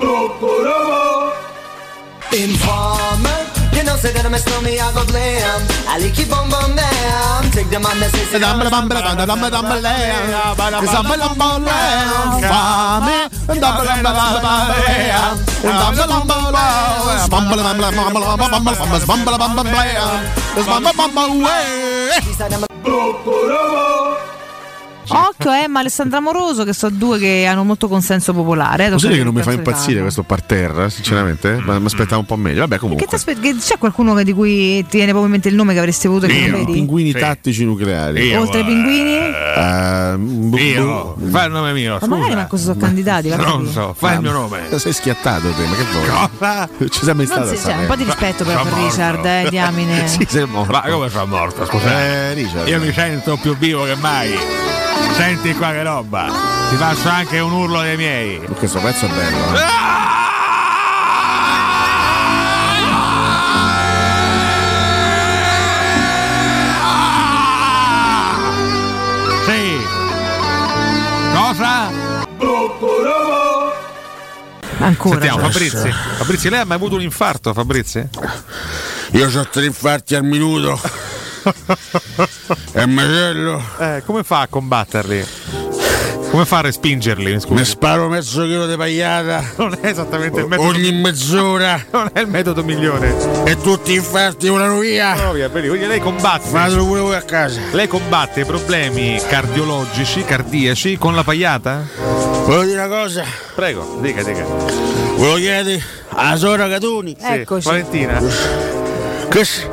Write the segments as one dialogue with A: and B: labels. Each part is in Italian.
A: Bukurova.
B: Informer, you know, say that I'm a snowman, I go glam. I like keep on bum down. Take the man that says,
C: Dam, dam, dam, dam, dam, dam, dam, dam, dam, dam, dam, dam, fame. Dam, dam, dam, dam, dam, dam, dam, dam, dam, dam. Bam, bam, bam, bam, bam, bam, bam, bam, bam, bam, bam, bam, bam, bam, bam, bam, bam, way.
B: he said, I'm a
A: Bukurova.
D: Occhio eh, ma Alessandra Moroso, che so due che hanno molto consenso popolare. eh,
E: Posso dire che non mi fa
D: tocca-
E: impazzire questo parterre, eh, sinceramente? Ma mi aspettavo un po' meglio. Vabbè,
D: Che
E: comunque.
D: t'aspe- che c'è qualcuno che- di cui ti viene proprio in mente il nome che avresti voluto che non
E: I
D: vedi?
E: pinguini
F: Sì.
E: tattici nucleari.
F: Io,
D: Oltre ai
F: eh,
D: pinguini?
E: Eh, bu-
F: Miro,
E: bu-
F: fai il nome mio.
D: Ma
F: Scusa.
D: magari manco sono candidati, va
F: Non
D: capì?
F: so, fai il mio nome.
E: sei schiattato te, ma che vuoi?
F: Cosa?
E: Ci sei mai
D: Non
E: stato
D: si,
E: a
D: cioè, un po'
E: Sanremo?
D: di rispetto però per
F: Sono morto.
D: Richard, eh, diamine.
E: Sì, sei morto.
F: Ma come sono morto, scusa?
E: Eh, Richard.
F: Io mi sento più vivo che mai. Senti qua che roba. Ti faccio anche un urlo dei miei.
E: Questo pezzo è bello. eh.
F: Sì. Cosa?
A: Bukurova.
D: Ancora.
F: Sentiamo
D: cioè.
F: Fabrizi. Fabrizi, lei ha mai avuto un infarto, Fabrizi?
G: Io ho tre infarti al minuto. e macello.
F: Eh, come fa a combatterli? Come fa a respingerli?
G: Mi
F: Scusi.
G: sparo mezzo chilo di pagliata.
F: Non è esattamente il metodo,
G: Ogni mezz'ora.
F: non è il metodo migliore.
G: E tutti gli infarti volano via.
F: No, via, vedi, quindi lei combatte.
G: Fatelo pure voi a casa.
F: Lei combatte i problemi cardiologici, cardiaci con la pagliata?
G: Volevo dire una cosa.
F: Prego, dica, dica.
G: Ve lo chiedi alla Sora Catuni.
F: Sì, Valentina.
G: Che, s-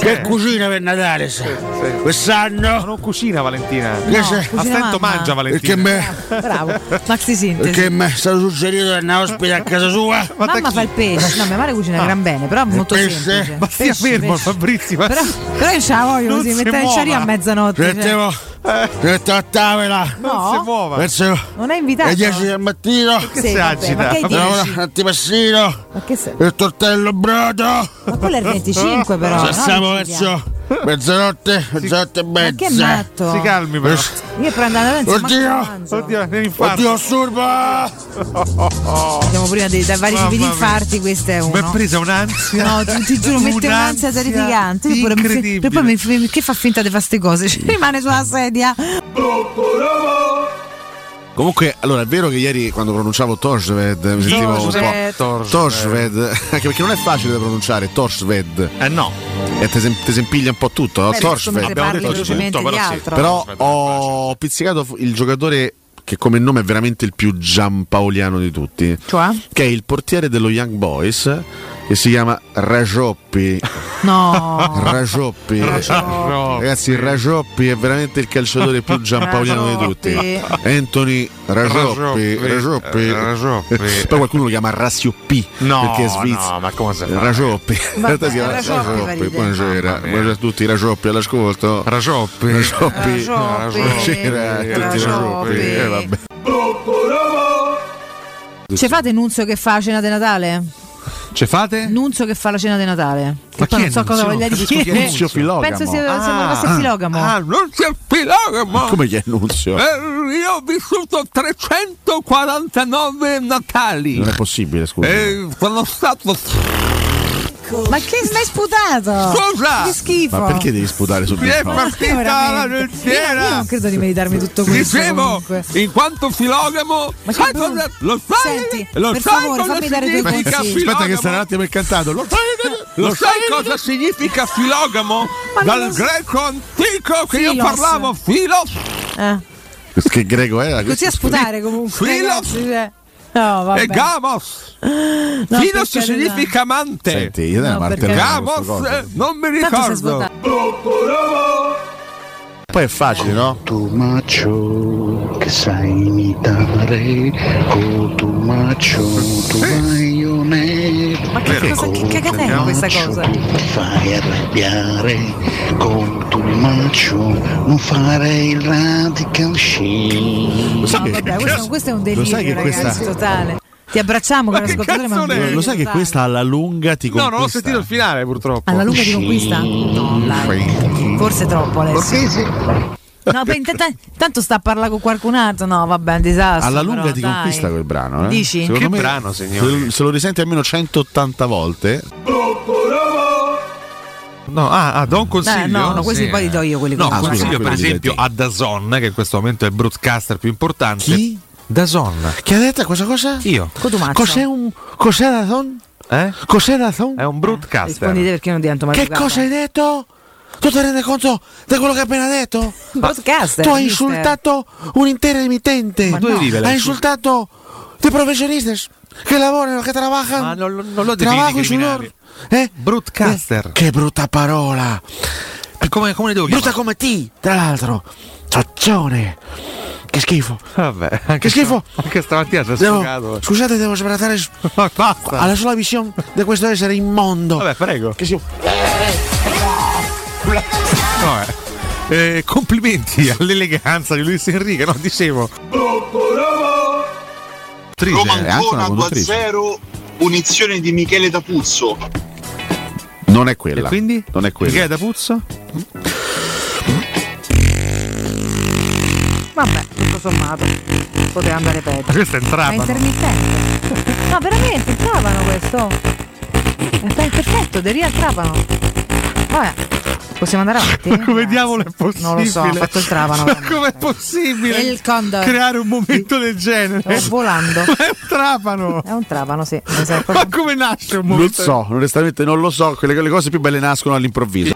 G: che
F: Eh.
G: cucina per Natale? sa?
F: Ma
G: Quest'anno.
F: non cucina Valentina.
G: Che
F: A
G: sa-
D: Cucina
F: stento
D: mamma.
F: mangia Valentina.
G: Perché me-
D: Bravo. Maxi Sintesi.
G: perché mi è stato suggerito di andare ospite a casa sua?
F: Ma te
D: Mamma
F: chi- Ah.
D: fa il pesce. No, mia madre cucina gran bene, però è molto
G: pesce?
D: semplice.
F: Ma stia
D: Pesce,
F: fermo
D: pesce.
F: Fabrizi, ma...
D: Però, però io ce la voglio
F: Non
D: così,
F: si
D: mettere in
F: muova.
D: sciaria a mezzanotte. cioè.
G: Mettevo.
F: Eh.
G: Mettevo a tavola.
F: non si
D: No,
F: muova.
G: Verso
D: non è invitato.
G: le 10 del mattino.
F: Che
D: Sì,
F: si
D: vabbè,
F: agita?
D: ma che hai
G: Allora,
D: dieci?
G: un antipassino,
D: Ma che se-
G: il tortello brodo.
D: ma quello è il 25 però. no?
G: Passiamo
D: Lucia?
G: verso mezzanotte, mezzanotte e
D: Ma che
G: mezza.
D: matto.
F: eh, Si calmi però.
D: Io per andare avanti
G: Oddio.
F: Oddio, è un infarto.
G: Oddio, Surba!
D: Siamo prima dei, dai vari tipi di
F: Mamma mia.
D: infarti, questo è
F: Mi è
D: uno.
F: presa un'ansia.
D: No, ti, ti giuro, mette un'ansia terrificante. Io pure mi fi-
F: incredibile.
D: e poi mi fi- che fa finta di fare queste cose? Ci rimane sulla sedia.
E: Comunque, allora è vero che ieri quando pronunciavo Torsved mi sentivo un
D: Torsved.
E: po'. Torsved, anche perché non è facile da pronunciare Torsved
F: Eh no.
E: e te sem- te sempiglia un po' tutto, no?
D: Beh,
E: Torsved.
D: mentre parli
F: detto di
D: velocemente
F: tutto,
D: di
F: però sì.
D: altro.
E: Però ho pizzicato fu- il giocatore che come nome è veramente il più giampaoliano di tutti,
D: Cioè?
E: che è il portiere dello Young Boys, che si chiama Ragioppi.
D: No.
E: Ragioppi.
F: No.
E: Ragazzi, Ragioppi è veramente il calciatore più giampaoliano di tutti. Anthony Ragioppi.
F: Ragioppi.
E: Ragioppi.
F: Ragioppi.
E: Poi qualcuno lo chiama Rasioppi
F: Eh, No,
E: perché è svizzero.
F: no, ma come si fa?
E: Ragioppi. In realtà si chiama
D: Ragioppi,
E: Ragioppi.
D: Paride.
E: Buonasera.
F: Mamma mia.
E: Buonasera a tutti, i Ragioppi all'ascolto.
F: Ragioppi.
E: Ragioppi.
H: Eh,
E: Buonasera a
D: Ragioppi.
E: tutti, Ragioppi. Eh, vabbè.
A: Bukurova.
D: Ci fate Nunzio che fa la cena di Natale?
I: Ce fate?
D: Nunzio che fa la cena di Natale. Che poi
I: chi
D: non
I: è
D: so cosa
I: Nunzio?
D: voglia
I: Capisco
D: dire.
I: chi è Nunzio Filogamo.
D: Penso sia sia
I: Ah.
D: fosse Filogamo.
I: Ah,
J: Nunzio Filogamo.
E: Come gli annunzio?
J: Ah. Eh, io ho vissuto 349 Natali. Eh,
E: Non è possibile, scusa.
J: E sono stato
D: Ma che stai sputato?
J: Scusa!
D: Che schifo! Eh,
E: Ma perché devi sputare sul
J: Mi è
E: microfono?
J: partita la
D: Io
J: pensiera.
D: non credo di meritarmi tutto questo.
J: Dicevo,
D: comunque.
J: in quanto filogamo, sai cosa, lo sai,
D: Senti,
J: lo
D: per
J: sai
D: favore,
J: cosa
D: fammi dare due
J: significa
D: consigli.
J: filogamo?
E: Aspetta che sarà un attimo il cantato. Lo sai,
J: Eh. Lo sai cosa significa filogamo? Dal greco antico che io
D: Filos.
J: parlavo, filo,
D: Eh,
E: Che greco era?
D: così a sputare comunque.
J: Filos.
D: ragazzi, cioè. No, vabbè.
J: e gamos.
D: No,
J: Filos
D: per carità.
J: significa amante.
E: Senti, io
D: No,
E: no,
D: perché-
J: Gamos, eh, non mi ricordo.
E: Poi è facile, no?
H: Tu macho che sai imitare, con tu macho, tu maionese.
D: Ma che cosa che cagata è questa cosa?
H: Ti fai arrabbiare, con tu macho non fare il radical chic.
D: No, vabbè, questo, questo è un
E: Lo sai che
D: delirio, ragazzi,
E: questa-
D: totale. Ti abbracciamo, caro ascoltatore, ma
E: Lo, lo sai che questa alla lunga ti conquista?
D: No, non ho sentito il
E: finale purtroppo.
D: Alla lunga ti conquista? No, dai. Forse troppo, Alessio. No, per- t- t- tanto sta a parlare con qualcun altro. No, vabbè, è un disastro.
E: Alla lunga
D: però,
E: ti
D: dai.
E: conquista quel brano, eh?
D: Dici?
E: Secondo
D: Che
E: me,
D: brano,
E: Se, se lo risenti almeno 180 volte.
J: No, ah, ah, do un consiglio.
D: Eh, no, no, questi poi li do io quelli
J: No,
D: con-
J: consiglio
E: Ah, scusa,
J: per
E: quelli
J: esempio a Dazon, che in questo momento è il broadcaster più importante.
E: Chi?
J: Dazon.
E: Che ha detto cosa cosa?
J: Io.
D: Cotumazzo.
E: Cos'è un. Cos'è la son?
J: Eh?
E: Cos'è la son?
J: È un
D: Rispondete
J: broadcaster.
D: perché io non divento mai
E: Che cosa hai detto? Tu ti rendi conto di quello che hai appena detto?
D: Broadcaster,
E: tu hai
D: mister.
E: insultato un'intera emittente.
J: Ma Dove no. vive la-
E: Hai insultato dei professionisti che lavorano, che lavorano.
J: Ma non, non lo
E: Trabajo
J: definiti
E: su
J: criminali.
E: loro. Eh?
J: Broadcaster.
E: Che brutta parola.
J: Come, come ne devo
E: Brutta
J: chiamare?
E: come ti, tra l'altro. Ciccione. Che schifo.
J: Vabbè, anche
E: Che schifo.
J: sta- Anche stamattina si è
E: Devo-
J: sfogato. eh.
E: scusate, devo sbratare su-
J: Basta.
E: alla sola visione di questo essere immondo.
J: Vabbè, prego.
E: Che schifo.
J: No, eh. Eh, complimenti all'eleganza di Luis Enrique, no, dicevo. Trice,
K: Roma
E: eh, anche una
K: Ancona
E: conduttrice.
K: 2-0, punizione di Michele D'Apuzzo.
E: Non è quella.
J: E quindi?
E: Non è quella.
J: Michele D'Apuzzo?
D: Vabbè, tutto sommato. Poteva andare peggio.
J: Questo è
D: Ma
J: entrato.
D: è intermittente. No, veramente, trapano questo. È perfetto, Deria trapano. Vabbè. Possiamo andare avanti?
I: Ma come diavolo è possibile?
D: Non lo so, ha fatto il trapano.
I: Ma com'è possibile
D: Il condor.
I: creare un momento del genere?
D: Sto volando.
I: Ma è un trapano!
D: È un trapano, sì. Mi sa che proprio-
I: Ma come nasce un
E: Non
I: momento?
E: so, onestamente non lo so, quelle, quelle cose più belle nascono all'improvviso.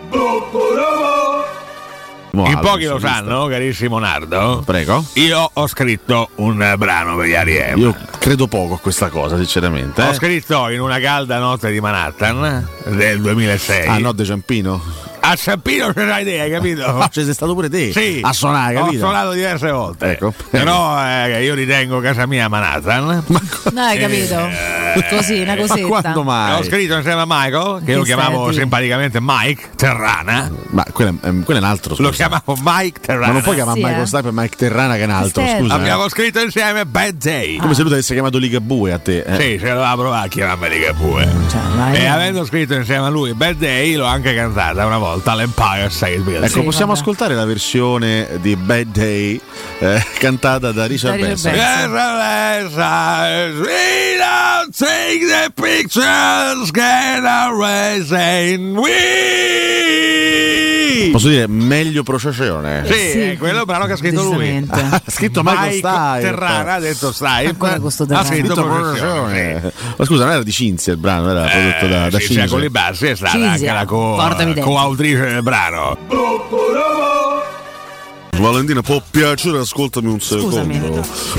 E: Mo'
I: In
E: Aldo,
I: pochi lo
E: insomma.
I: sanno, carissimo Nardo.
E: Prego.
I: Io ho scritto un eh, brano per gli Ariel.
E: Io credo poco a questa cosa, sinceramente.
I: Ho
E: Eh?
I: scritto in una calda notte di Manhattan del 2006.
E: Ah no, De Ciampino.
I: A Ciampino c'era idea, hai capito?
E: Ah, cioè sei stato pure te
I: Oh. Sì,
E: a suonare,
I: ho
E: capito?
I: suonato diverse volte.
E: Ecco.
I: Però eh, io ritengo casa mia Manhattan.
D: No, hai capito?
I: Eh.
D: Così, una
E: Ma
D: cosetta.
E: quando
I: Ho
E: mai?
I: scritto insieme a Michael, che lo
D: Che stai a
I: chiamavo
D: dire?
I: simpaticamente Mike Terrana.
E: Ma quello è, ehm, quello è un altro, scusa.
I: Lo chiamavo Mike Terrana.
E: Ma non puoi chiamare
D: Sì,
E: Michael
D: eh.
E: Stipe e Mike Terrana che è un altro,
D: Stai-
E: scusa. eh.
I: Abbiamo scritto insieme Bad Day.
E: Come se lui ti avesse chiamato Ligabue a te. eh.
I: Sì, ce l'aveva provato a chiamarmi di Capue.
D: Cioè, ma
I: E
D: io-
I: avendo scritto insieme a lui Bad Day, l'ho anche cantata una volta all'Empire State Building.
E: Ecco,
D: Sì,
E: possiamo
D: vabbè.
E: ascoltare la versione di Bad Day eh, cantata da Richard
D: Richard
E: Benson.
D: Benson.
I: Yes, yes, yes, we don't take the pictures, get away saying we.
E: Posso dire meglio processione?
I: Sì,
D: Sì,
I: è quello brano che ha scritto lui.
D: decisamente.
E: Ha scritto Michael Stipe.
I: Terrana ha detto Stipe.
D: Ancora questo
I: ha
D: Terrana.
I: scritto
E: Scritto
I: Processione.
E: Processione. Ma scusa, non era di Cinzia il brano, era prodotto da, da
I: Eh, sì, cioè,
E: Cinzia.
I: con le bassi è stata
D: Cinzia,
I: anche la
D: portami
I: co-
D: dentro.
I: coautrice del brano.
L: Valentina, può piacere, ascoltami un secondo.
D: Scusami.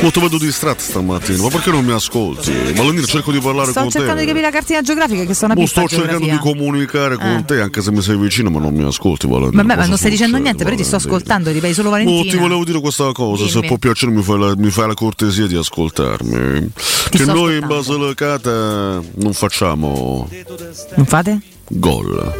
L: Molto vedo distratto stamattina, ma perché non mi ascolti? Valentina, cerco di parlare
D: Sto
L: con te.
D: cercando di capire la cartina geografica che sono una
I: Oh,
L: Mo
D: pista
L: sto cercando
D: geografia.
L: di comunicare
D: Eh.
L: con te, anche se mi sei vicino, ma non mi ascolti, Valentina.
D: Vabbè, ma
L: Cosa
D: non stai dicendo
L: succede,
D: niente, però io ti sto
L: Valentina?
D: ascoltando, ripeti solo
L: Oh, ti
D: Valentina.
L: volevo dire questa cosa, se
D: Dimmi.
L: può piacere mi fai, la, mi fai la cortesia di ascoltarmi. che
D: sto
L: noi in
D: ascoltando.
L: Basilicata non facciamo
D: Non fate?
L: gol,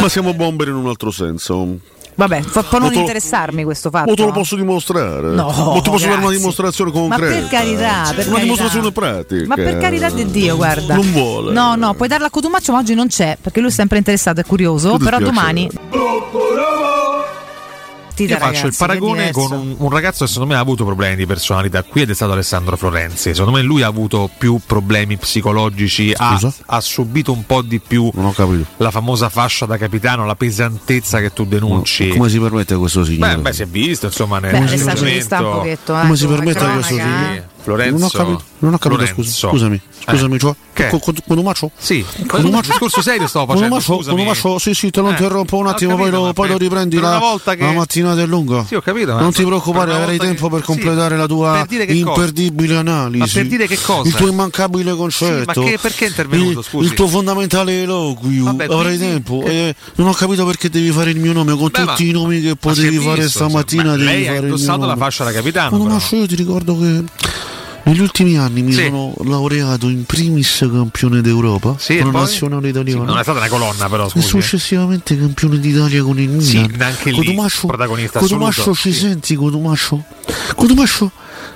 L: ma siamo bomber in un altro senso.
D: Vabbè, fa- può non
E: Molto-
D: interessarmi questo fatto.
E: Ma te lo
D: no?
E: posso dimostrare?
D: Ah, No,
E: Ma ti posso dare
D: grazie.
E: una dimostrazione
D: Ma
E: concreta?
D: per carità, per
E: Una
D: carità.
E: dimostrazione pratica.
D: Ma per carità di Dio, guarda.
E: Non vuole.
D: No, no, puoi darla a Cotumaccio, ma oggi non c'è, perché lui è sempre interessato e curioso.
E: Che
D: Però
E: dispiacere.
D: domani. Ti
I: Io faccio il paragone con un, un ragazzo che secondo me ha avuto problemi di personalità qui ed è stato Alessandro Florenzi. Secondo me lui ha avuto più problemi psicologici, ha, ha subito un po' di più
H: Mm.
I: la famosa fascia da capitano, la pesantezza che tu denunci.
H: Mm, Come si permette questo
I: Beh,
H: signore?
I: beh, si è visto, insomma, nel
D: Beh,
I: nel
D: Alessandro ci sta un
I: momento.
D: pochetto. eh,
H: Come si
D: con la
H: permette
D: cronaca,
H: questo
D: eh.
H: signore?
I: Florenzo.
H: Non ho capito, non ho capito scusa,
I: Lorenzo.
H: scusami, scusami,
I: Eh.
H: cioè,
I: Che?
H: con, con, con un macio?
I: Sì,
H: con un
I: un
H: macio.
I: discorso serio stavo
H: Con un
I: facendo.
H: macio,
I: scusami.
H: con un macio, "Oh, sì sì, te lo
I: Eh,
H: interrompo un
I: ho
H: attimo,
I: capito,
H: poi,
I: ma
H: lo, poi
I: per-
H: lo riprendi
I: per
H: la,
I: una volta che-
H: la mattinata è lunga.
I: Sì, ho capito, ma-
H: Non ti
I: per
H: preoccupare,
I: una
H: avrai
I: volta
H: tempo
I: che-
H: per
I: sì.
H: completare la tua
I: Per dire che cosa?
H: imperdibile analisi.
I: Ma per dire che cosa?
H: Il tuo immancabile concetto.
I: Sì, ma che- perché è intervenuto,
H: Il,
I: scusi?
H: il tuo fondamentale eloquio.
I: Vabbè,
H: avrai
I: quindi-
H: tempo. eh, non ho capito perché devi fare il mio nome con
I: Beh, ma-
H: tutti i nomi che
I: ma si è
H: potevi fare
I: visto,
H: stamattina.
I: insomma. Beh,
H: Devi
I: lei ha
H: fare il mio
I: indossato la
H: nome.
I: fascia da
J: Ah,
I: capitano.
H: Ma
I: però.
H: Mascio, io ti ricordo che negli ultimi anni mi sono laureato in primis campione d'Europa
I: Sì, e
H: con la
I: poi?
H: nazionale italiana.
I: Non è stata una colonna, però,
H: e
I: scusi. eh.
H: successivamente campione d'Italia con il Milan.
I: Sì, anche lì,
H: Cotumaccio,
I: protagonista
H: Cotumaccio,
I: assoluto.
H: ci senti Cotumaccio? Cotumaccio,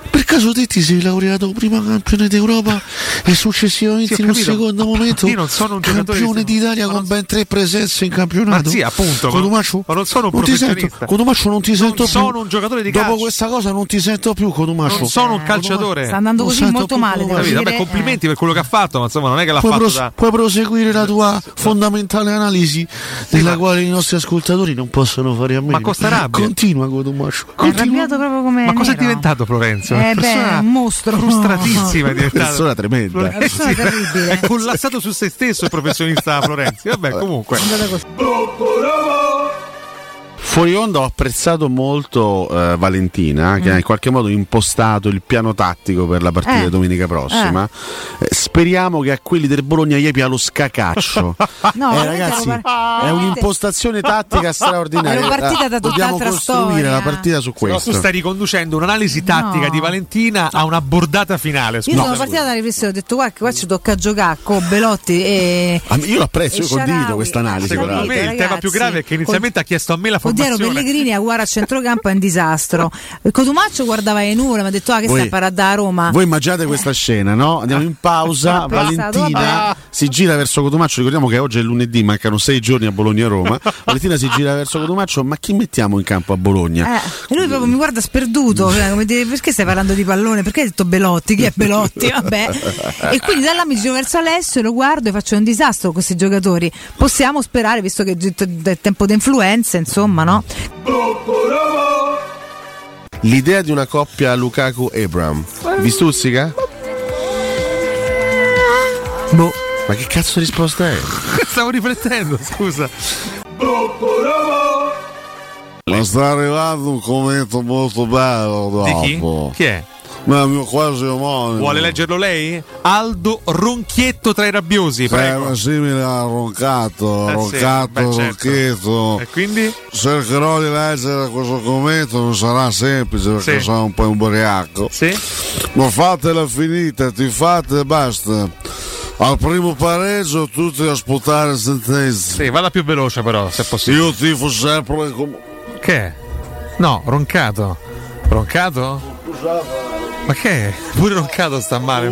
H: per caso te ti sei laureato prima campione d'Europa e successivamente
I: Sì, ho
H: in un
I: capito. Ah,
H: secondo momento
I: Io non sono un giocatore
H: campione
I: di-
H: d'Italia con ben tre presenze in campionato?
I: Ma sì, appunto, ma-
H: Cotumaccio,
I: ma non sono un
H: ti sento,
I: professionista.
H: Cotumaccio non ti sento più.
I: sono un giocatore di
H: Dopo
I: calcio.
H: questa cosa non ti sento più Cotumaccio.
I: Non sono un calciatore.
D: Sta andando così molto male. Devo
I: Capito?
D: dire. eh,
I: Vabbè, complimenti per quello che ha fatto, ma insomma, non è che l'ha
H: Puoi,
I: fatto
H: pros-
I: da.
H: puoi proseguire la tua fondamentale analisi della quale i nostri ascoltatori non possono fare a meno.
I: Ma con sta rabbia.
H: Continua Cotumaccio.
D: È arrabbiato Eh, proprio come.
I: Ma cosa è
D: Nero.
I: diventato Florenzo?
D: Eh, beh, è un mostro.
I: Frustratissima è diventata.
H: Persona tremenda.
I: Florenzo,
D: Persona
I: sì.
D: terribile.
I: È collassato su se stesso il professionista Florenzi. Vabbè, comunque.
E: Fuori onda ho apprezzato molto eh,
D: Mm.
E: Valentina che ha in qualche modo impostato il piano tattico per la partita
D: Eh.
E: domenica prossima. Eh, speriamo che a quelli del Bologna gli pia lo scacaccio.
D: No,
E: Eh,
D: veramente
E: ragazzi,
D: ero par-
E: è un'impostazione tattica straordinaria.
D: Ero partita da
E: Eh, Dobbiamo
D: tutt'altra
E: costruire
D: storia.
E: la partita su
I: No,
E: questo.
I: tu stai riconducendo un'analisi tattica
D: No.
I: di Valentina a una bordata finale.
D: Io
I: scusa.
D: sono partita da una riflessione, ho detto guarda che qua ci tocca giocare con Belotti e.
H: Ah, io l'apprezzo,
D: e
H: io condivido
D: Sharawi.
H: questa analisi.
I: Secondo
H: guardate.
I: me il tema più grave è che inizialmente ha chiesto a me la
D: Odiero
I: formazione.
D: Pellegrini a guarda a centrocampo è un disastro. Cotumaccio guardava le nuvole, mi ha detto ah che
E: Voi-
D: stai a parare da Roma.
E: Voi immaginate
D: Eh.
E: questa scena, no? Andiamo in pausa,
D: Ho pensato,
E: Valentina
D: vabbè.
E: si gira verso Cotumaccio, ricordiamo che oggi è lunedì, mancano sei giorni a Bologna-Roma, Valentina si gira verso Cotumaccio, ma chi mettiamo in campo a Bologna?
D: Eh, e lui proprio mi guarda sperduto, cioè, come dire, perché stai parlando di pallone? Perché hai detto Belotti? Chi è Belotti? Vabbè. E quindi da là mi giro verso Alessio, lo guardo e faccio un disastro con questi giocatori. Possiamo sperare, visto che è tempo di influenza, insomma, no?
H: L'idea di una coppia Lukaku-Ebram
E: Vi stuzzica?
D: Boh.
E: Ma che cazzo di risposta è?
I: Stavo riflettendo, scusa.
H: Ma sta arrivando un commento molto bello
I: Di chi?
H: dopo.
I: Chi è?
H: Ma il mio quasi omonimo.
I: Vuole leggerlo lei? Aldo Ronchietto tra i rabbiosi, prego.
H: Sembra Eh, simile a Roncato,
I: Eh sì,
H: Roncato,
I: beh, certo.
E: eh.
H: Ronchetto.
I: E quindi?
H: Cercherò di leggere questo commento, non sarà semplice perché
I: Sì.
H: sono un po' ubriaco.
I: Sì.
H: Ma fatela finita, ti fate e basta. Al primo pareggio tutti a sputare sentenze.
I: Sì, vada più veloce però, se possibile.
H: Io tifo sempre come...
I: Che? No, roncato. Roncato? Ma che? Pure roncato sta male.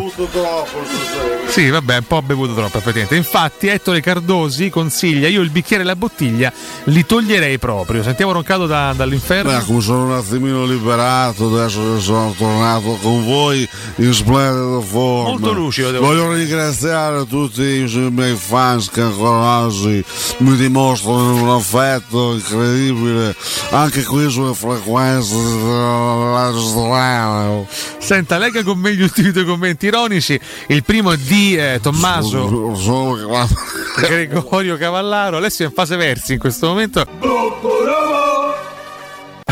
I: Sì, vabbè, un po' bevuto troppo, effettivamente. Infatti, Ettore Cardosi consiglia: io il bicchiere e la bottiglia li toglierei proprio. Sentiamo roncato da- dall'inferno.
H: Beh, come sono un attimino liberato adesso che sono tornato con voi in splendido forma.
I: Molto lucido, devo
H: Voglio ringraziare tutti i miei fans che ancora oggi mi dimostrano un affetto incredibile, anche qui sulle frequenze della radio.
I: Senta, legga con me gli ultimi due commenti ironici. Il primo è di eh, Tommaso Gregorio Cavallaro. Alessio è in fase versi in questo momento.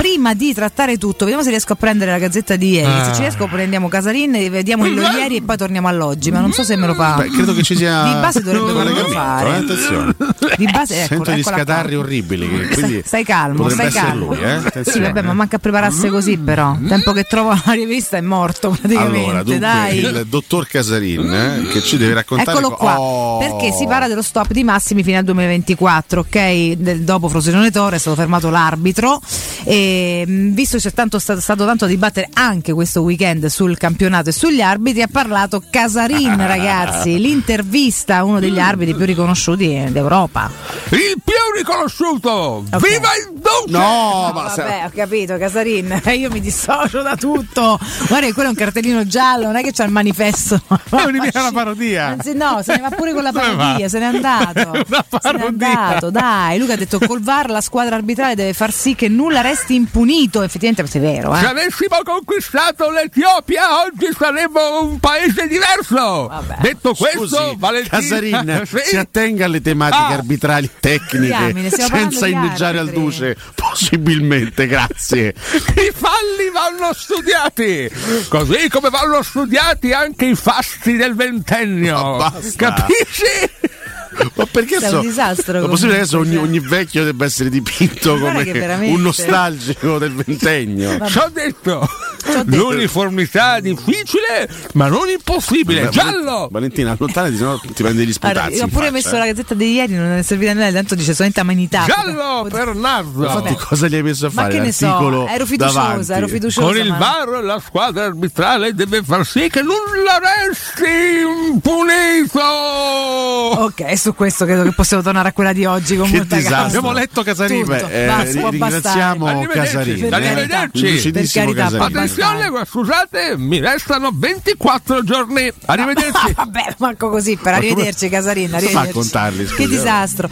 D: Prima di trattare tutto, vediamo se riesco a prendere la gazzetta di ieri.
I: Ah.
D: Se ci
E: Eh.
D: riesco, prendiamo Casarin, vediamo il ieri e poi torniamo all'oggi. Ma non so se me lo fa.
E: Beh, credo che ci sia
D: Di base dovrebbe
E: un
D: poterlo
E: collegamento,
D: fare.
E: eh, attenzione.
D: Di base, ecco,
E: Sento gli
D: eccola qua.
E: scatarri orribili. che- Quindi
D: Stai- stai calmo,
E: potrebbe
D: stai
E: essere
D: calmo.
E: lui, eh?
D: Sì,
E: Attenzione.
D: vabbè, ma manca a prepararsi così, però. Il tempo che trovo la rivista è morto praticamente.
E: Allora, dunque,
D: dai.
E: il dottor Casarin eh, che ci deve raccontare
D: Eccolo
E: co-
D: qua,
E: Oh!
D: perché si parla dello stop di massimi fino al 2024, ok? Del- dopo Frosinone Torre è stato fermato l'arbitro e mh, visto che c'è tanto, sta- stato tanto a dibattere anche questo weekend sul campionato e sugli arbitri, ha parlato Casarin ragazzi, l'intervista uno degli arbitri più riconosciuti eh, d'Europa.
F: Il più riconosciuto! Viva il Duce!
E: Oh,
D: No, vabbè, ho capito, Casarin, eh, io mi dissocio da tutto. Guarda che quello è un cartellino giallo, non è che c'ha il manifesto. È
I: una parodia.
D: Anzi, no, se ne va pure con la
I: Come va?
D: parodia, se n'è andato. se n'è andato, dai. Luca ha detto col VAR la squadra arbitrale deve far sì che nulla resti impunito. Effettivamente questo è vero,
F: Se
D: eh.
F: avessimo conquistato l'Etiopia oggi saremmo un paese diverso. Detto questo,
E: Scusi,
F: Valentina
E: Casarin
F: Sì?
E: si attenga alle tematiche
F: Ah.
E: arbitrali tecniche
F: Diamine, stiamo parlando
E: senza
F: di
E: inneggiare al duce, possibilmente, grazie.
F: I falli vanno studiati, così come vanno studiati anche i fasti del ventennio. Capisci?
E: Ma perché
D: Sei un disastro
E: È possibile che adesso ogni,
D: comunque,
E: ogni vecchio debba essere dipinto
D: Guarda
E: come
D: che veramente-
E: un nostalgico del ventennio.
F: Ci ho detto, l'uniformità è difficile, ma non impossibile.
E: Vabbè,
F: Giallo!
E: Valentina, allontanati, se no ti prendi gli
D: Guarda,
E: sputazzi.
D: io ho
E: in
D: pure
E: faccia,
D: messo
E: eh.
D: la gazzetta di ieri, non è servita a nulla, tanto dice solamente amanità.
F: Giallo per Nardo!
E: Infatti,
H: eh.
E: cosa gli hai messo a
D: Ma
E: fare?
D: che ne so,
E: L'articolo
D: ero fiduciosa,
E: davanti.
D: ero fiduciosa,
F: Con il
D: ma-
F: VAR la squadra arbitrale deve far sì che nulla resti impunito.
D: Ok, su questo credo che possiamo tornare a quella di oggi con molta calma.
E: Casarini.
D: Tutto,
E: Beh, eh,
D: basta,
E: ri-
D: può
E: ringraziamo
D: bastare.
E: Casarini.
D: Per
E: eh.
D: carità.
E: Lucidissimo
D: Per carità, può
E: Casarini.
F: Attenzione, ma scusate, mi restano 24 giorni. Arrivederci.
D: Ah, Vabbè, manco così, per arrivederci Casarin,
F: Come fa a
D: arrivederci.
F: contarli, scusi?
D: Che disastro.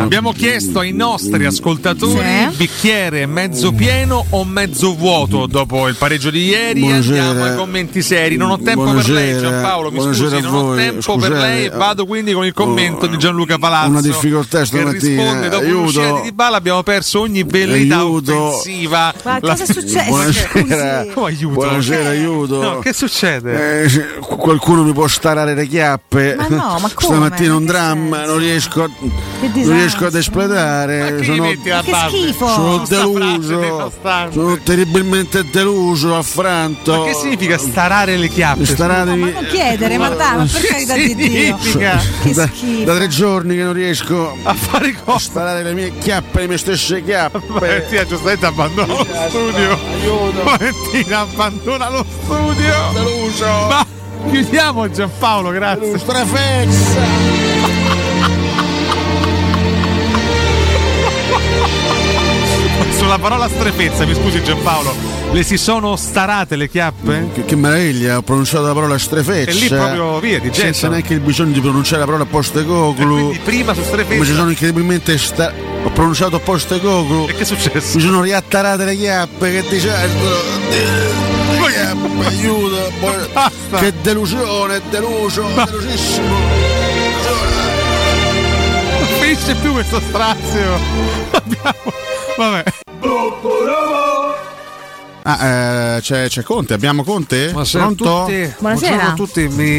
I: Abbiamo chiesto ai nostri ascoltatori bicchiere mezzo pieno o mezzo vuoto dopo il pareggio di ieri.
H: Buonasera.
I: Andiamo ai commenti seri. Non ho tempo per lei,
H: Buonasera.
I: Giampaolo. Mi
H: Buonasera
I: scusi,
H: a
I: non ho
H: voi.
I: tempo
H: Scusate,
I: per lei.
H: eh, oh,
I: Vado quindi con il commento di Gianluca Palazzo.
H: una difficoltà stamattina. eh,
I: Che risponde dopo
H: Aiuto.
I: l'uscita di Dybala abbiamo perso ogni velleità
H: Aiuto.
I: offensiva.
H: Ma cosa è successo? Buonasera.
I: Oh, aiuto.
H: Buonasera,
D: Eh,
H: aiuto.
I: No, che succede?
H: Eh, se- qu- qualcuno mi può starare le chiappe.
I: Ma no, ma come?
H: Stamattina un dramma, non riesco, a-
D: disastro.
H: non riesco ad espletare. Eh, Sono,
I: metti la Che base? schifo.
H: sono
I: Questa
H: deluso. Sono terribilmente deluso, affranto.
I: Ma che significa starare le chiappe?
H: Staratevi.
D: Non chiedere, ma dai, ma per carità di Dio.
H: da, da tre giorni che non riesco a fare cosa? Sparare le mie chiappe, le mie stesse chiappe.
I: Valentina giustamente abbandona lo studio. Valentina abbandona lo studio.
H: Deluso.
I: Ma chiudiamo Giampaolo, grazie.
H: Strafezza.
I: Sulla parola strefezza, mi scusi Giampaolo, le si sono starate le chiappe?
H: Eh, Che, che meraviglia, ho pronunciato la parola strefeccia.
I: E lì proprio via, ti
H: Senza
I: gettano.
H: neanche il bisogno di pronunciare la parola postecoglu.
I: Prima su
H: Come ci
I: strefezza.
H: sono incredibilmente sta- Ho pronunciato postecoglu. E
I: che è successo?
H: Mi sono riattarate le chiappe, che disastro. Le chiappe, aiuto. poi- Che delusione, deluso, delusissimo.
I: Non finisce più questo strazio. Abbiamo... Vabbè.
E: Ah, eh, c'è, c'è Conte, abbiamo Conte?
I: Buonasera a
E: Pronto?
I: tutti.
D: Buonasera. Ah,
I: Buongiorno a tutti, mi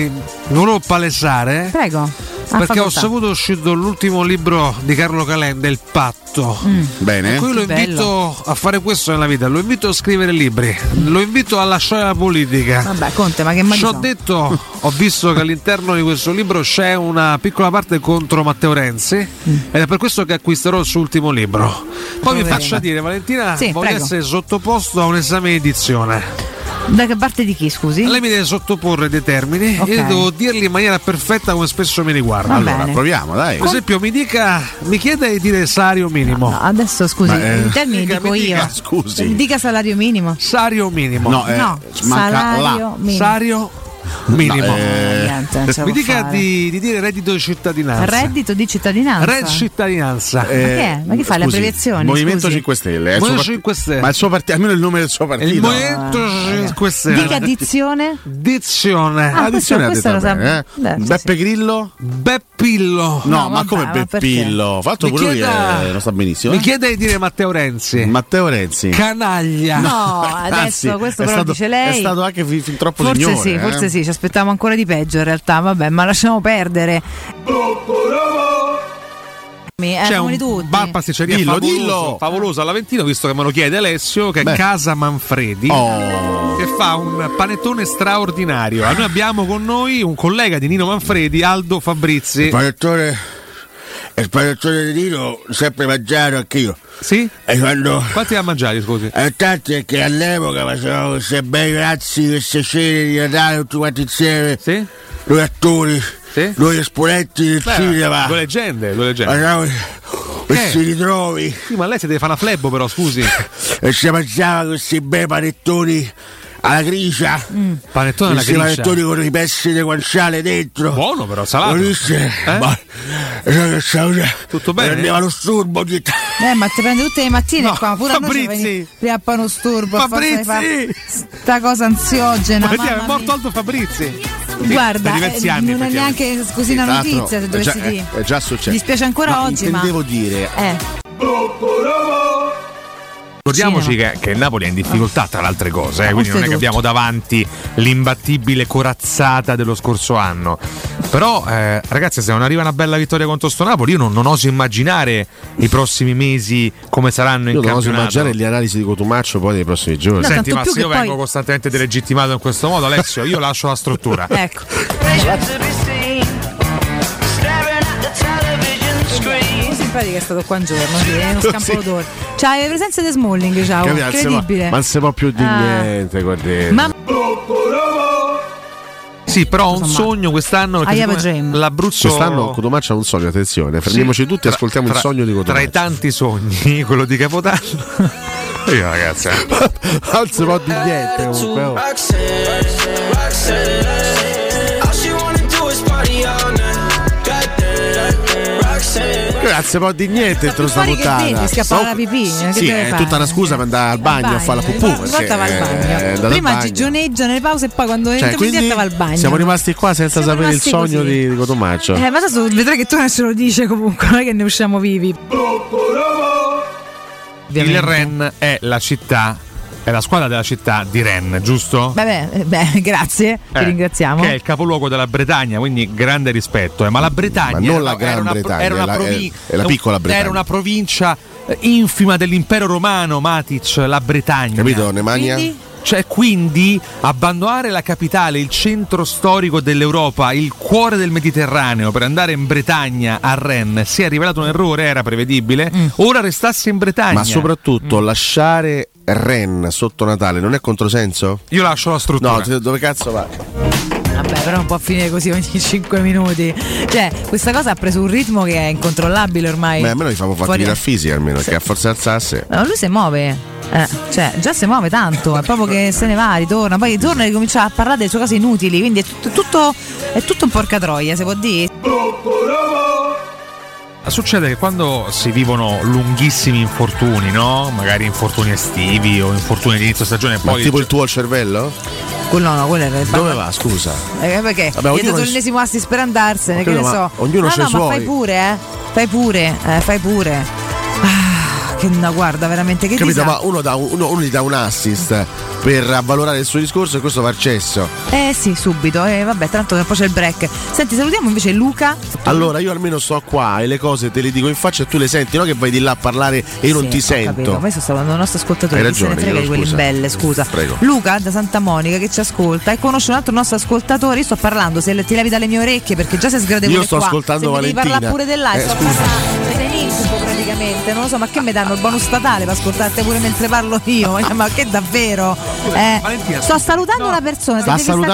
I: mi volevo palesare.
D: Prego. a
I: Perché ho
D: facoltà.
I: saputo è uscito l'ultimo libro di Carlo Calenda, Il Patto.
E: Bene.
I: Per cui lo
E: Che bello.
I: invito a fare questo nella vita, lo invito a scrivere libri, lo invito a lasciare la politica.
D: Vabbè, Conte, ma diciamo. che mani
I: Ci ho
D: sono?
I: detto, ho visto che all'interno di questo libro c'è una piccola parte contro Matteo Renzi ed è per questo che acquisterò il suo ultimo libro. Poi mi
D: Mm. Poverina.
I: faccia dire, Valentina,
D: Sì,
I: voglio
D: prego.
I: essere sottoposto a un esame di edizione.
D: Da che parte di chi, scusi?
I: Lei mi deve sottoporre dei termini
D: Ok.
I: e io devo dirli in maniera perfetta come spesso mi riguarda.
D: Va Allora, bene.
E: proviamo, dai.
I: Per esempio, mi dica, mi chieda di dire salario minimo.
D: Adesso scusi, in termini dico io.
I: scusi.
D: Dica salario minimo.
I: Salario minimo.
D: No, eh, No, manca salario la. minimo.
I: Salario minimo.
D: No, eh, niente, non si
I: mi
D: può
I: dica
D: fare.
I: di, di dire reddito di cittadinanza.
D: Reddito di cittadinanza.
I: Red cittadinanza.
E: Eh,
D: Ma che è? Ma che fai, le
E: scusi,
D: abbreviazioni,
E: Movimento
D: scusi?
E: 5 Stelle. eh, il suo
I: Movimento
E: part-
I: 5 Stelle.
E: Ma il suo partito, almeno il nome del suo partito.
D: Ah,
I: Il Movimento 5 Stelle.
D: Eh, Dica dizione.
I: Dizione.
D: Ah, questo-
E: Addizione ha
D: questo
E: detto
D: lo sa-
E: bene, eh.
D: Beh, sì,
E: Beppe Grillo.
I: Beppe
F: Beppillo.
E: No, ma come Beppillo? Fatto
F: Mi
E: pure lui
F: chieda-
E: che eh, lo sta benissimo.
F: Mi
E: eh.
F: chiede di dire Matteo Renzi.
E: Matteo Renzi.
F: Canaglia.
D: No, adesso
E: anzi,
D: questo
E: è
D: però
E: stato-
D: dice lei.
E: È stato anche fin, fin troppo
D: Forse
E: signore.
D: sì,
E: eh.
D: forse sì, ci aspettavamo ancora di peggio in realtà, vabbè, ma lasciamo perdere. Mi- eh,
I: C'è
D: come
I: un
D: tutti.
I: bar pasticceria
E: Dillo,
I: favoloso,
E: dillo.
I: favoloso all'Aventino, visto che me lo chiede Alessio, che è Casa Manfredi,
E: Oh.
I: che fa un panettone straordinario. Ah, Noi abbiamo con noi un collega di Nino Manfredi, Aldo Fabrizi.
G: Panettone. Il panettone di Nino sempre mangiato anch'io.
I: Sì?
G: E quando.
I: Quanti a mangiare, scusi?
G: E tanti Eh, è che all'epoca facevamo questi bei razzi, queste cene di Natale tutti quanti insieme.
I: Sì?
G: Noi attori, noi esponenti del
I: Beh,
G: cinema.
I: Due leggende, due leggende.
G: Facciamo questi
I: Eh.
G: ritrovi.
I: Sì, ma lei si deve fare una flebbo però, scusi.
G: e si mangiava questi bei panettoni alla gricia.
E: Mm.
I: Panettone alla
G: Questi
I: gricia.
G: panettoni con i pezzi di guanciale dentro.
I: Buono però, salato.
G: Buonissimo.
I: Eh?
G: Ma- cioè,
I: Tutto bene?
G: Prendeva lo sturbo ogni tanto.
D: Eh, ma ti prende tutte le mattine qua, pure a noi
G: Fabrizi.
D: ci veni- prima pano sturbo, a forza di
I: Fabrizi.
D: far- sta cosa ansiogena.
I: Ma è
D: mamma
I: morto Aldo Fabrizi.
D: Guarda,
E: da diversi
D: eh,
E: anni,
D: non è neanche così una
E: Tra l'altro,
D: notizia se
E: è
D: dovessi
E: già- eh,
D: dire.
E: È, è già successo.
D: Mi spiace ancora
E: No,
D: oggi,
E: intendevo
D: ma.
E: dire.
D: Eh.
I: Ricordiamoci che, che il Napoli è in difficoltà tra le altre cose, eh, quindi non è che
F: oltretutto.
I: abbiamo davanti l'imbattibile corazzata dello scorso anno. Però eh, ragazzi se non arriva una bella vittoria contro sto Napoli io non, non oso immaginare i prossimi mesi come saranno in
E: Io non oso
I: campionato.
E: immaginare le analisi di Cotumaccio poi nei prossimi giorni.
I: Senti, ma se io vengo costantemente delegittimato in questo modo, Alessio, io lascio la struttura.
D: Ecco. Molto simpatica è stato qua un giorno, sì, è uno scampo d'odore. Cioè, hai presenza di Smalling, ciao,
E: Capito? Non si può-
D: Oh, incredibile.
E: Ma non si può più di
D: Ah.
E: niente qua dentro.
D: Mamma-
I: Sì, però ho un sogno quest'anno. perché
D: I have a
I: siccome
D: dream.
I: L'Abruzzo.
E: Quest'anno Cotumaccio ha un sogno, cioè, attenzione. Fermiamoci tutti e
I: Tra-
E: ascoltiamo
I: tra-
E: il sogno
I: Tra
E: di
I: i
E: Cotumaccio.
I: tanti sogni, quello di Capodanno. Io, ragazzi. eh.
E: Non si può di niente comunque. oh. Grazie, poi di niente dentro sta
D: fuori che
E: puntata.
D: dentro, scappare alla pipì, eh, che
E: Sì,
D: deve
E: è
D: fare?
E: tutta una scusa per andare al bagno a fare la pupù.
D: Ogni volta
E: perché,
D: va al
E: eh,
D: bagno.
E: è andato al
D: Prima
E: bagno.
D: gigioneggia nelle pause e poi quando
E: Cioè,
D: entra in
E: quindi
D: diretta va al bagno.
E: siamo rimasti qua senza
D: Siamo
E: sapere il
D: rimasti
E: sogno
D: così.
E: di, di Cotumaccio.
D: Eh, ma adesso vedrai che tu non ce lo dice comunque, non è che ne usciamo vivi.
I: Il Ren è la città, è la squadra della città di Ren, giusto?
D: Vabbè, eh, beh, grazie, ti
I: Eh,
D: ringraziamo.
I: Che è il capoluogo della Bretagna, quindi grande rispetto. eh, Ma la Bretagna.
E: non
I: era-
E: la Gran
I: era una, pro-
E: Bretagna,
I: era una
E: è la-
I: provi-
E: è- è la piccola Bretagna.
I: Era una provincia eh, infima dell'impero romano, Matic, la Bretagna.
E: Capito, Nemanja?
I: Quindi?
E: Quindi?
I: Cioè, quindi abbandonare la capitale, il centro storico dell'Europa, il cuore del Mediterraneo per andare in Bretagna a Rennes si è rivelato un errore, era prevedibile. Ora restasse in Bretagna.
E: Mm. Ma soprattutto
I: Mm.
E: lasciare Ren sotto Natale non è controsenso?
I: Io lascio la struttura.
E: No, te- dove cazzo va?
D: Eh, Vabbè, però non può finire così ogni 5 minuti. Cioè, questa cosa ha preso un ritmo che è incontrollabile ormai.
E: Beh, almeno gli fanno fare
D: Fuori-
E: attività fisica almeno, che a forza alzasse.
D: No, lui si muove. Eh, cioè, già si muove tanto, è proprio che se ne va, ritorna, poi ritorna e ricomincia a parlare delle sue cose inutili, quindi è tutto, tutto- è tutto un porca troia, si può dire.
I: Succede che quando si vivono lunghissimi infortuni, no? Magari infortuni estivi o infortuni di inizio stagione e
E: Ma
I: poi.
E: tipo il tuo al cervello?
D: Quello no, quello era
E: Dove va, scusa?
D: Eh, perché?
E: Vabbè,
D: Gli è
E: ognuno
D: dato
E: ci-
D: l'ennesimo assist per andarsene,
E: Ho
D: che ne
E: capito,
D: so.
E: ma ognuno
D: no,
E: c'ha i
D: no, ma
E: suoi.
D: fai pure, eh. Fai pure, eh, fai pure. Ah, che no, guarda, veramente che
E: Capito, ma
D: disastro.
E: uno, dà un- uno- uno gli dà un assist per avvalorare il suo discorso e questo va al cesso.
D: Eh sì, subito, eh, vabbè, tanto poi c'è il break. Senti, salutiamo invece Luca.
E: Allora io almeno sto qua e le cose te le dico in faccia e tu le senti, no che vai di là a parlare e io non
D: Sì,
E: ti
D: ho capito,
E: sento.
D: ma io sto parlando del nostro ascoltatore,
E: Hai
D: chi se ne
E: ragione,
D: frega di
E: chiedo
D: quelli
E: scusa.
D: belle, scusa.
E: Prego.
D: Luca da Santa Monica che ci ascolta e conosce un altro nostro ascoltatore, io sto parlando, se le- ti levi dalle mie orecchie perché già sei sgradevole
E: Io sto
D: qua.
E: ascoltando
D: se mi devi
E: Valentina.
D: parlare pure di là,
E: Eh,
D: sto parlando, sei un incubo praticamente, non lo so, ma che mi danno il bonus statale per ascoltarti pure mentre parlo io? ma che davvero? Eh,
I: Valentina,
D: sto salutando una persona, se devi star zitto.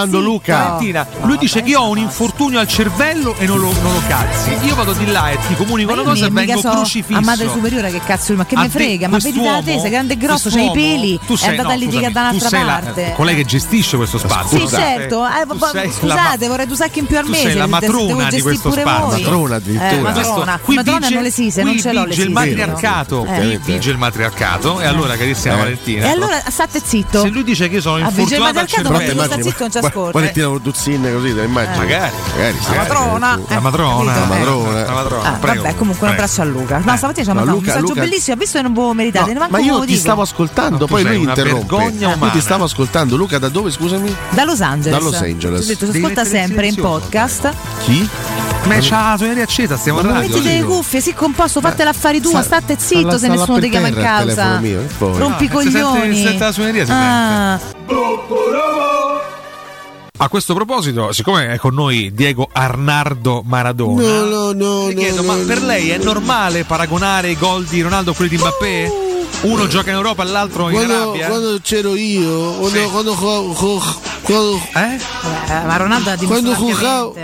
I: Valentina, lui dice che io ho un infortunio al cervello e non lo, non lo calzi. Io vado di là e ti comunico una
D: Io mi-
I: cosa e
D: mica
I: vengo
D: so
I: crucifisso.
D: a madre superiore che cazzo ma che
I: Ha
D: me
I: de-
D: frega ma vedi da
I: quest'uomo-
D: te sei grande e grosso c'hai i
I: quest'uomo-
D: peli
I: tu sei-
D: è andata
I: no,
D: a litigare
I: scusami,
D: da un'altra
I: tu sei la-
D: parte
I: eh, quella che gestisce questo spazio.
D: Sì, certo. Eh,
I: Tu
D: va-
I: sei
D: scusate,
I: la-
D: vorrei due sacchi in più al
I: tu
D: mese.
I: sei la
D: se- se- se
I: matrona
D: devo
I: di
D: gestire
I: questo
D: pure
I: spazio.
D: voi.
I: Matrona
D: Eh,
I: addirittura.
D: matrona.
I: Qui
D: Madonna
I: vige-
D: non sì, se
I: qui
D: non ce l'ho le
I: vige il
D: sigle.
I: matriarcato.
D: Eh.
I: Qui vige il matriarcato. E allora, carissima Valentina.
D: E allora state zitto.
I: Se lui dice che io sono
D: Ah, vige il
I: infortunato al
D: matriarcato,
E: Eh,
I: cervello.
D: ma sta zitto non ci ascolta. eh.
H: Quando tira una dozzina così, te la immagini?
I: Eh. Magari.
H: Magari, sì.
D: La matrona.
I: Eh, La matrona.
H: La matrona.
I: La matrona.
D: Ah,
I: Prego.
D: vabbè, comunque
I: Prego.
D: un abbraccio a Luca. No, stamattina ci ha
H: Eh. No,
D: mandato un
H: Luca,
D: messaggio
H: Luca-
D: bellissimo. Ha visto che non volevo meritate, neanche
H: Ma io
D: volevo
H: ti
D: dirlo.
H: stavo ascoltando,
I: No,
H: poi
I: tu sei
H: lui
I: una
H: interrompe.
I: vergogna
H: Io
I: umana.
H: ti stavo ascoltando, Luca, da dove scusami?
D: Da Los Angeles.
H: Da Los
D: Ti
H: Angeles.
D: ho detto, si
H: Devi
D: ascolta
H: mettere
D: sempre in podcast.
H: Chi?
I: Ma c'ha la suoneria accesa, stiamo
D: Ma
I: parlando.
D: mettiti le cuffie, sì, composto, fate l'affari tua, state zitto se nessuno ti chiama in causa. Rompi i
I: No, se sente-
D: coglioni.
I: se sente la suoneria, si
D: Ah.
I: A questo proposito, siccome è con noi Diego Arnardo Maradona,
H: No, no, no.
I: ti chiedo, ma per lei è normale paragonare i gol di Ronaldo a quelli di Mbappé? Uno gioca in Europa, l'altro in
H: Quando,
I: Arabia?
H: quando c'ero io, quando, quando, co- co- quando-
I: Eh?
D: ma Ronaldo ha
H: quando
D: dimostrato
H: giocavo,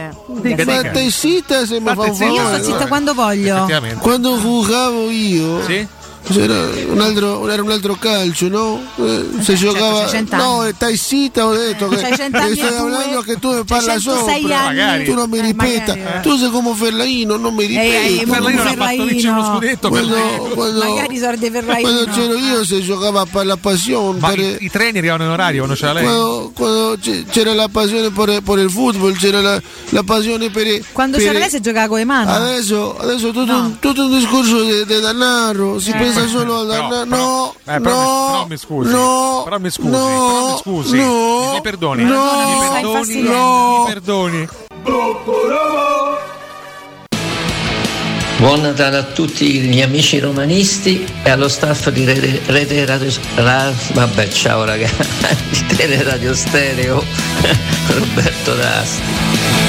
D: Dica,
H: ma
D: dica.
H: stai zitta se mi fa un
D: Io sto zitta
H: favore.
D: quando voglio.
H: Quando giocavo io,
I: Sì?
H: c'era un altro, era un altro calcio, no? Eh, se
D: certo,
H: giocava,
D: c'hai cent'anni.
H: no, stai zitta, ho detto che
D: C'hai cent'anni
H: che
D: Cioè, e
H: stai
D: due. Cioè,
H: parlando che tu mi
D: C'hai
H: parla sopra,
D: 106 anni. Magari.
H: tu non mi
D: Eh,
H: ripeta,
D: magari, eh.
H: tu sei come Ferlaino, non mi ripeta.
D: Ehi, ehi, Ferlaino non ha fatto Ferlaino. vincere uno scudetto,
H: quando,
D: Ferlaino.
H: quando,
D: Magari sordi Ferlaino.
H: Quando c'ero io se giocava per la passione,
I: Ma
H: per- eh.
I: i, i treni arrivano in orario quando c'era lei? Eh,
H: quando, quando c- c'era la passione per, per il football, c'era la, la passione per
D: Quando
H: per-
D: c'era lei si giocava con le mani.
H: Adesso, adesso tutto, un, tutto un discorso di, di danaro, si
I: Eh.
H: pensa solo al
I: Però-
H: danaro.
I: però-
H: No,
I: eh, però mi- però
H: no,
I: mi scusi,
H: no,
I: però mi scusi,
H: no,
I: però mi scusi,
H: no,
I: mi perdoni,
H: no,
I: mi perdoni, mi perdoni.
M: Buon Natale a tutti gli amici romanisti e allo staff di Rete, Rete Radio Ra- Vabbè, ciao ragazzi, di Tele Radio Stereo, Roberto D'Asti.